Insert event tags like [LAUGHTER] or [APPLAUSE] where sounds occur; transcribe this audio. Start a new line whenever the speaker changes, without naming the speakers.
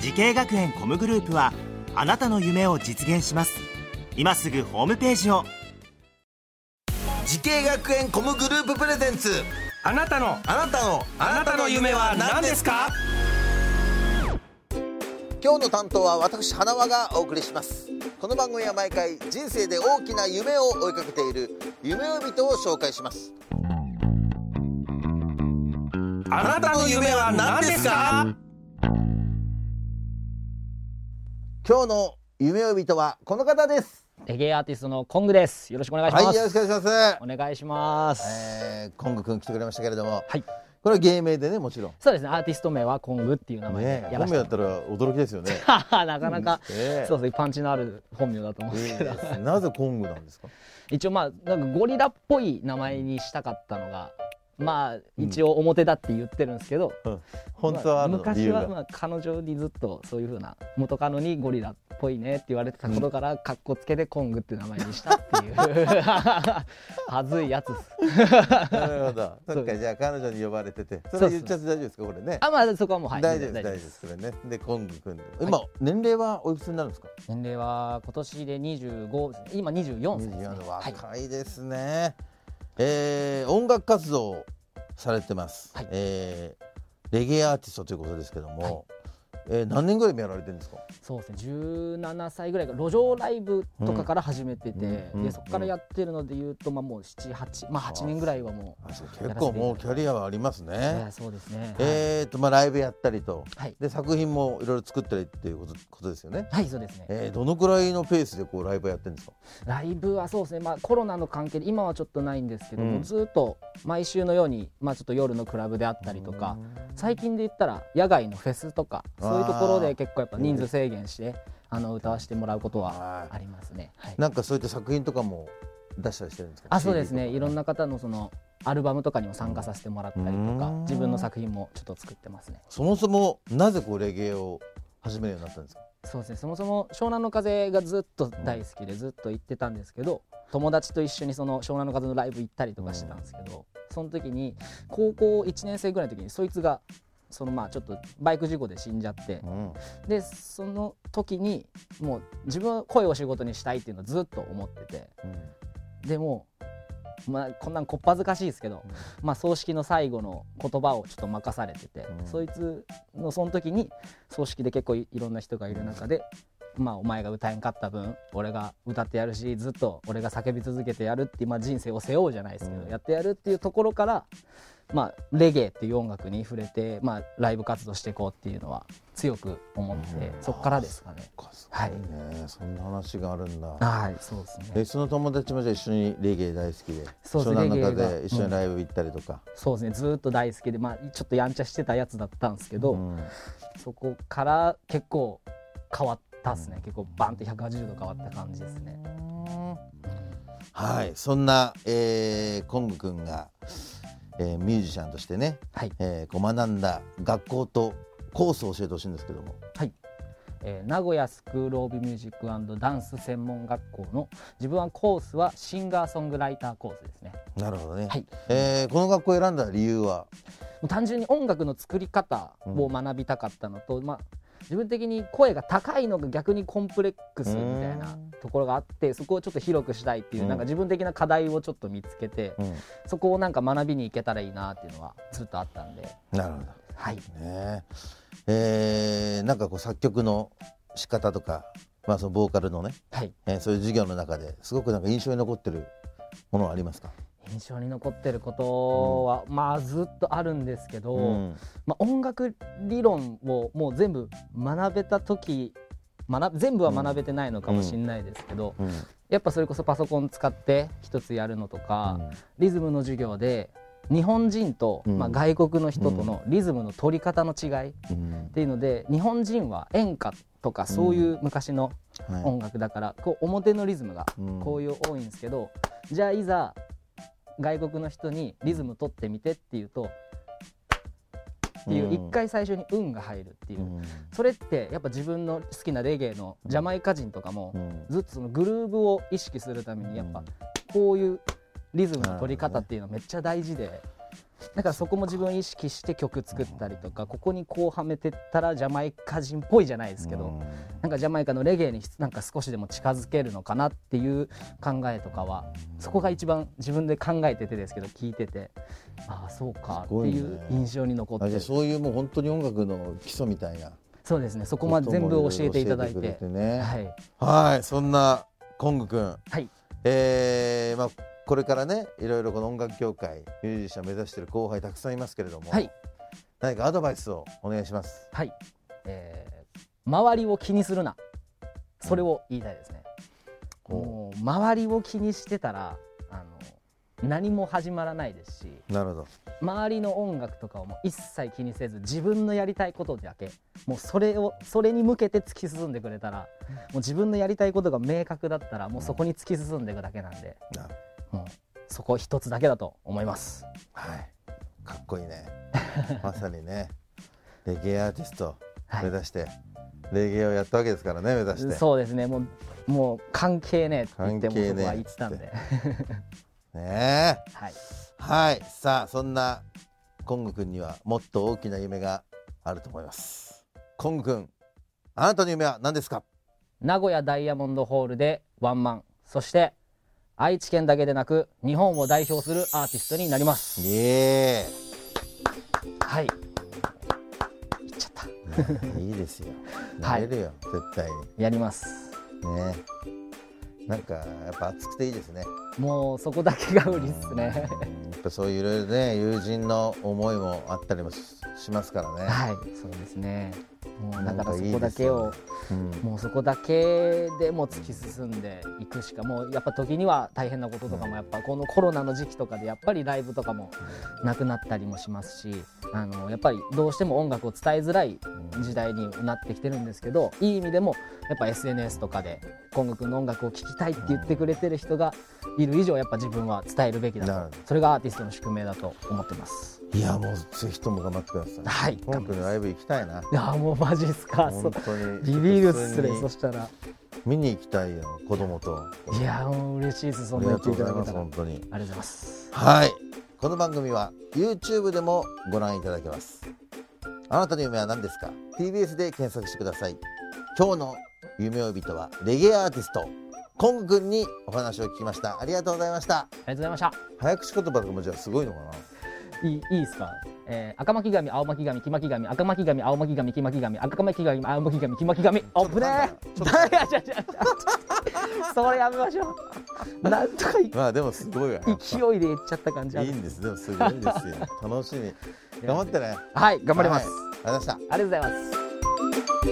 時系学園コムグループはあなたの夢を実現します今すぐホームページを
時系学園コムグループプレゼンツ
あなたの
あなたの
あなたの夢は何ですか
今日の担当は私花輪がお送りしますこの番組は毎回人生で大きな夢を追いかけている夢を人を紹介します
あなたの夢は何ですか
今日の夢を人はこの方です
レゲエアーティストのコングです。よろしくお願いし
はい
ま
よ
す。
ろしくお願いし
お
ます
願いします。
えー、コングくん来てくれましたけれども
はい。
これは芸名でねもちろん
そうですね。アーティスト名はコングっていう名前
ね
で
本
やら
名
せて。
だったら驚きです [LAUGHS] よね
なかなか、
ね
そうですね。パンチのある本名だと思うんですけど、
えーなぜコングなんですか
一応まあなんかゴリラっぽい名前にしたかったのが、まあ一応表だって言ってるんですけど、
本当はある
まあ
の理由
昔は
が
まあ彼女にずっとそういう風な元カノにゴリラっぽいねって言われてたことから、かっこつけてコングっていう名前にしたっていう。はずいやつっす。
なるほど [LAUGHS] そっ
そうで
か
す
じゃあ彼女に呼ばれててそ
そ
れ
う
言っ
です
ちゃって大丈夫ですかこれね
あまあそこはもうはい
大丈夫です大丈夫ですそれねでコングくんで今年齢はおいくつになるんですか
年齢は今年で25ですね今24歳です、
24
ね
の
はい、
若いですね、えー音楽活動をされてます、
はい
えーレゲエアーティストということですけども、えー何年ぐらいやられてるんですか
そうですね17歳ぐらいから路上ライブとかから始めてて、
うん
でそこからやってるのでいうと、まあ、もう78、まあ、8年ぐらいはもう
結構もうキャリアはありますね、
えーそうですね、はい
えーとまあ、ライブやったりと、
はい
で作品もいろいろ作ったりっていうことことですよね、
はいそうですね、
えーどのくらいのペースでこうライブやってるんですか
ライブはそうですね、まあ、コロナの関係で今はちょっとないんですけども、
うん
ずっと毎週のように、まあ、ちょっと夜のクラブであったりとか、最近で言ったら野外のフェスとかそういうところで結構やっぱ人数制限して、あの歌わせてもらうことはありますね。はい
なんかそういった作品とかも出したりしてるんですか
あそうですね
CD と
い
か
ろんな方のそのアルバムとかにも参加させてもらったりとか
うん
自分の作品もちょっと作ってますね
そもそもなぜこうレゲエを始めるようになったんですか
そうですねそもそも湘南の風がずっと大好きでずっと行ってたんですけど友達と一緒にその湘南の風のライブ行ったりとかしてたんですけどその時に高校1年生ぐらいの時にそいつがそのまあちょっとバイク事故で死んじゃって
うん
でその時にもう自分は声を仕事にしたいっていうのをずっと思っててでもうまあ、こんなんこっぱずかしいですけど、まあ、葬式の最後の言葉をちょっと任されてて、
うん
そいつのその時に葬式で結構いいろんな人がいる中で、まあ、お前が歌えんかった分俺が歌ってやるしずっと俺が叫び続けてやるって、まあ、人生を背負うじゃないですけど、
うん
やってやるっていうところから、まあ、レゲエっていう音楽に触れて、まあ、ライブ活動していこうっていうのは強く思っ
う
て、
ん
そこからですかね。
かす
はい
ごいねそんな話があるんだ
はい、そうですね
えその友達もじゃあ一緒にレゲエ大好きで
そう
湘
です
南の
レゲエ
中
が
で一緒にライブ行ったりとか、
そうですねずーっと大好きで、まあ、ちょっとやんちゃしてたやつだったんですけど、
うん
そこから結構変わったっすね結構バンって180度変わった感じですね
はいそんな、えー、コング君が、えーミュージシャンとしてね、
はい、
えー、こう学んだ学校とコースを教えてほしいんですけども
はいえー名古屋スクール・オブ・ミュージックダンス専門学校の自分はコースはシンガーソングライターコースですね
なるほどね、
はい
えーこの学校を選んだ理由は、
もう単純に音楽の作り方を学びたかったのと、まあ自分的に声が高いのが逆にコンプレックスみたいなところがあってそこをちょっと広くしたいっていう、
うん
なんか自分的な課題をちょっと見つけて、そこをなんか学びに行けたらいいなっていうのはずっとあったんで
なるほど
はい
ねえーなんかこう作曲の仕方とか、まあ、そのボーカルのね、
はい
えーそういう授業の中ですごくなんか印象に残ってるものはありますか、
印象に残ってることは、まあずっとあるんですけど、
うん
まあ、音楽理論をもう全部学べた時学全部は学べてないのかもしれないですけど、
うん
やっぱそれこそパソコン使って一つやるのとか、リズムの授業で日本人と、
うん
まあ、外国の人とのリズムの取り方の違いっ
うん
ていうので日本人は演歌とかそういう昔の
はい
音楽だから、こう表のリズムが
うん
こういう多いんですけど、じゃあいざ外国の人にリズム取ってみてっていうとっていううん一回最初に「運が入るっていう、
うん
それってやっぱ自分の好きなレゲエのジャマイカ人とかも
うん
ずっとそのグルーブを意識するためにやっぱこういうリズムの取り方っていうのはめっちゃ大事で。だからそこも自分意識して曲作ったりとかここにこうはめてったらジャマイカ人っぽいじゃないですけど、なんかジャマイカのレゲエになんか少しでも近づけるのかなっていう考えとかはそこが一番自分で考えててですけど聞いててああそうかってい
すごいね
う印象に残っ
あ
て
じゃ
る
あそういうもう本当に音楽の基礎みたいな
そうですねそこまで全部教えていただいて
教えくれね
はい
はいそんなコングくん
はい
えーまあこれからねいろいろこの音楽業界ミュージシャン目指してる後輩たくさんいますけれども、
はい
何かアドバイスをお願いします
はい、えー周りを気にするなそれを言いたいですね、
うん
もう周りを気にしてたらあの何も始まらないですし
なるほど
周りの音楽とかをもう一切気にせず自分のやりたいことだけもうそれをそれに向けて突き進んでくれたらもう自分のやりたいことが明確だったらもうそこに突き進んでいくだけなんで
なる
もうそこ一つだけだと思います
はいかっこいいねまさに
[LAUGHS]
ねレゲエアーティスト
はい
目指して、レゲエをやったわけですからね目指して
そうですねもうもう関係ねえって言っても
関係
僕
ねえ
は言ってたんで
ねえ
はい
はいさあそんなコング君にはもっと大きな夢があると思いますコング君あなたの夢は何ですか
名古屋ダイヤモンドホールでワンマンそして愛知県だけでなく日本を代表するアーティストになります
イエ
はい
ーイいいですよな
[LAUGHS] はい
れるよ、絶対
やります
にねなんかやっぱ熱くていいです
[LAUGHS]
ね
もうそこだけが売りっすね。
うんやっぱそういういろいろね友人の思いもあったりもししますからね、
はい、そうですね。もうだ
なん
から
かいい
そ
ですね
こだけを
うん
もうそこだけでもう突き進んでいくしかもうやっぱ時には大変なこととかもやっぱこのコロナの時期とかでやっぱりライブとかもなくなったりもしますしあのやっぱりどうしても音楽を伝えづらい時代になってきてるんですけどいい意味でもやっぱ SNS とかで今後君の音楽を聴きたいって言ってくれてる人がいる以上やっぱ自分は伝えるべき
なる
だ
ほ
と
ど
それがアーティストの宿命だと思ってます。
いやもうぜひとも頑張ってください
はい
コング君のライブ行きたいない
やもうマジっすか。そう
本当に
ビビるっすね
普通に
そしたら
見に行きたいよ子供と
いやもう嬉しいですそ
あ
ん
り
な言
が
って
とう
い
ご
た
ざいます
だけたらあ
本当に
りがとうございます
はいこの番組は YouTube でもご覧いただけますあなたの夢は何ですか TBS で検索してください今日の夢追い人はレゲエアーティストコング君にお話を聞きましたありがとうございました
ありがとうございました
早口言葉とかもじゃあすごいのかない
いいいですか、えー、赤巻紙青巻紙黄巻紙赤巻紙青巻紙黄巻紙赤巻紙青巻紙黄巻紙あぶね [LAUGHS] えいやいやいやいやそれやめましょうなんとかい
まあでもすごいわやっぱ
勢いで言っちゃった感じあ
いい
る
んですでもすごいんですよ楽しみ頑張ってね
はい頑張ります、
はいありがとうございました
ありがとうございます